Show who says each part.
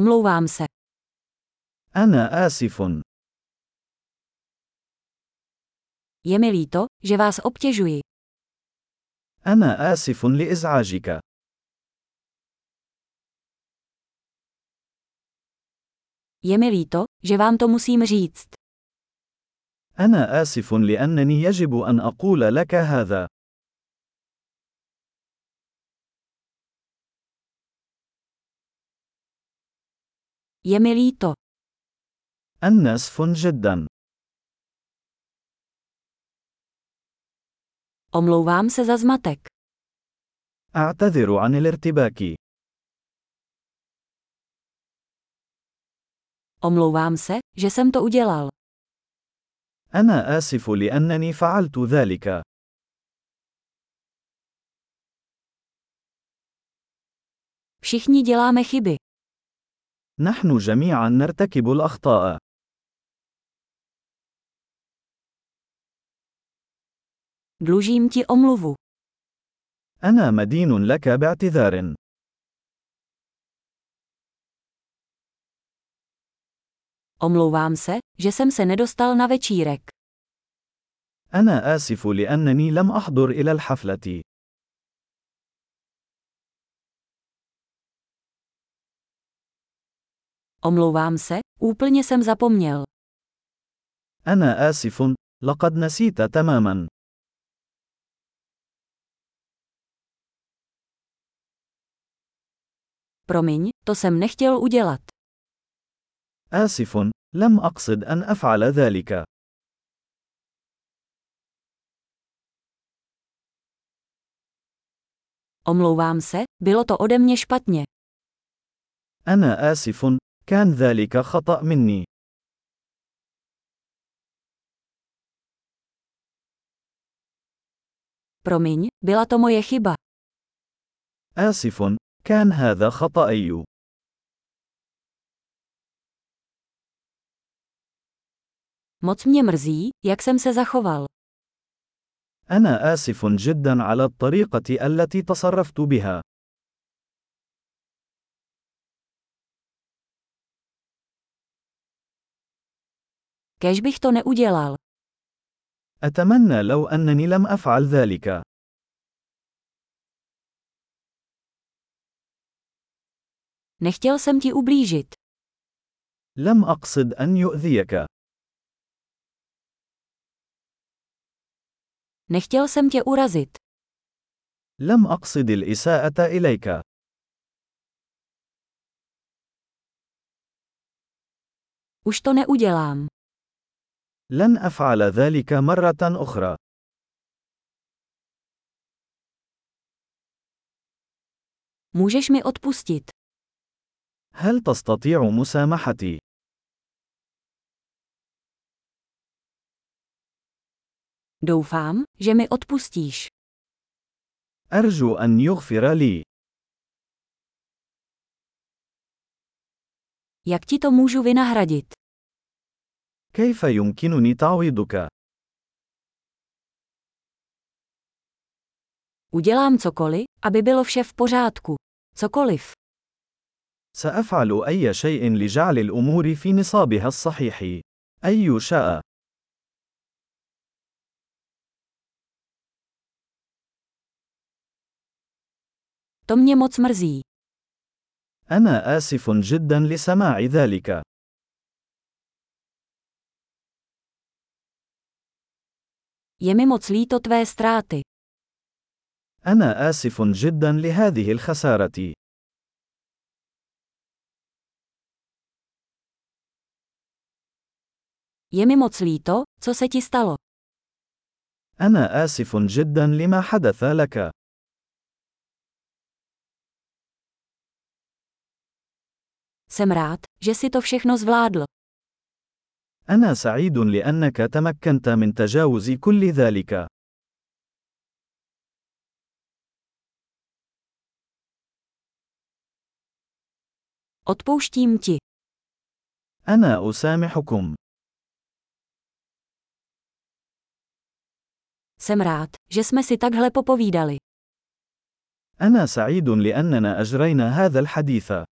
Speaker 1: Omlouvám se.
Speaker 2: أنا آسف.
Speaker 1: Je mi líto, že vás obtěžuji.
Speaker 2: أنا آسف لإزعاجك.
Speaker 1: Je mi líto, že vám to musím říct.
Speaker 2: أنا آسف لأنني يجب أن أقول لك هذا.
Speaker 1: Je mi líto.
Speaker 2: أنا آسف جدا.
Speaker 1: Omlouvám se za zmatek.
Speaker 2: أعتذر عن الارتباك.
Speaker 1: Omlouvám se, že jsem to udělal.
Speaker 2: أنا آسف لأنني فعلت ذلك.
Speaker 1: Všichni děláme chyby.
Speaker 2: نحن جميعا نرتكب الأخطاء.
Speaker 1: Dlužím ti omluvu.
Speaker 2: أنا مدين لك باعتذار.
Speaker 1: Omlouvám se, že jsem se nedostal na večírek.
Speaker 2: أنا آسف لأنني لم أحضر إلى الحفلة.
Speaker 1: Omlouvám se, úplně jsem zapomněl.
Speaker 2: أنا آسف. لقد نسيت تماما.
Speaker 1: Promiň, to jsem nechtěl udělat.
Speaker 2: آسف. لم أقصد أن أفعل ذلك.
Speaker 1: Omlouvám se, bylo to ode mě špatně.
Speaker 2: أنا آسف. كان ذلك خطأ مني.
Speaker 1: Promiň, byla to moje chyba.
Speaker 2: آسف. كان هذا خطأي.
Speaker 1: Moc mě mrzí, jak jsem se zachoval.
Speaker 2: أنا آسف جدا على الطريقة التي تصرفت بها.
Speaker 1: Kež bych to neudělal.
Speaker 2: أتمنى لو أنني لم أفعل ذلك.
Speaker 1: Nechtěl jsem ti ublížit.
Speaker 2: لم أقصد أن يؤذيك.
Speaker 1: Nechtěl jsem tě urazit.
Speaker 2: لم أقصد الإساءة إليك.
Speaker 1: Už to neudělám.
Speaker 2: لن أفعل ذلك مرة أخرى.
Speaker 1: Můžeš mi odpustit.
Speaker 2: هل تستطيع مسامحتي؟
Speaker 1: Doufám, že mi odpustíš.
Speaker 2: أرجو أن يغفر لي.
Speaker 1: Jak ti to můžu vynahradit?
Speaker 2: كيف يمكنني تعويضك؟
Speaker 1: Udělám cokoliv, aby bylo vše v pořádku. Cokoliv.
Speaker 2: سأفعل أي شيء لجعل الأمور في نصابها الصحيح. أي شاء.
Speaker 1: To mě moc mrzí.
Speaker 2: أنا آسف جدا لسماع ذلك.
Speaker 1: Je mi moc líto tvé ztráty.
Speaker 2: أنا آسف جدا لهذه الخسارة.
Speaker 1: Je mi moc líto, co se ti stalo.
Speaker 2: أنا آسف جدا لما حدث لك.
Speaker 1: Jsem rád, že si to všechno zvládl.
Speaker 2: أنا سعيد لأنك تمكنت من تجاوز كل ذلك.
Speaker 1: Odpouštím ti.
Speaker 2: أنا أسامحكم.
Speaker 1: Jsem rád, že jsme si takhle popovídali.
Speaker 2: أنا سعيد لأننا أجرينا هذا الحديث.